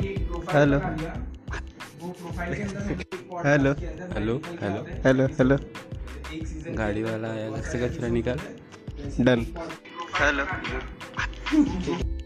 hello hello hello hello hello hello गाड़ी वाला आया घर से कर फिर निकाल डन हेलो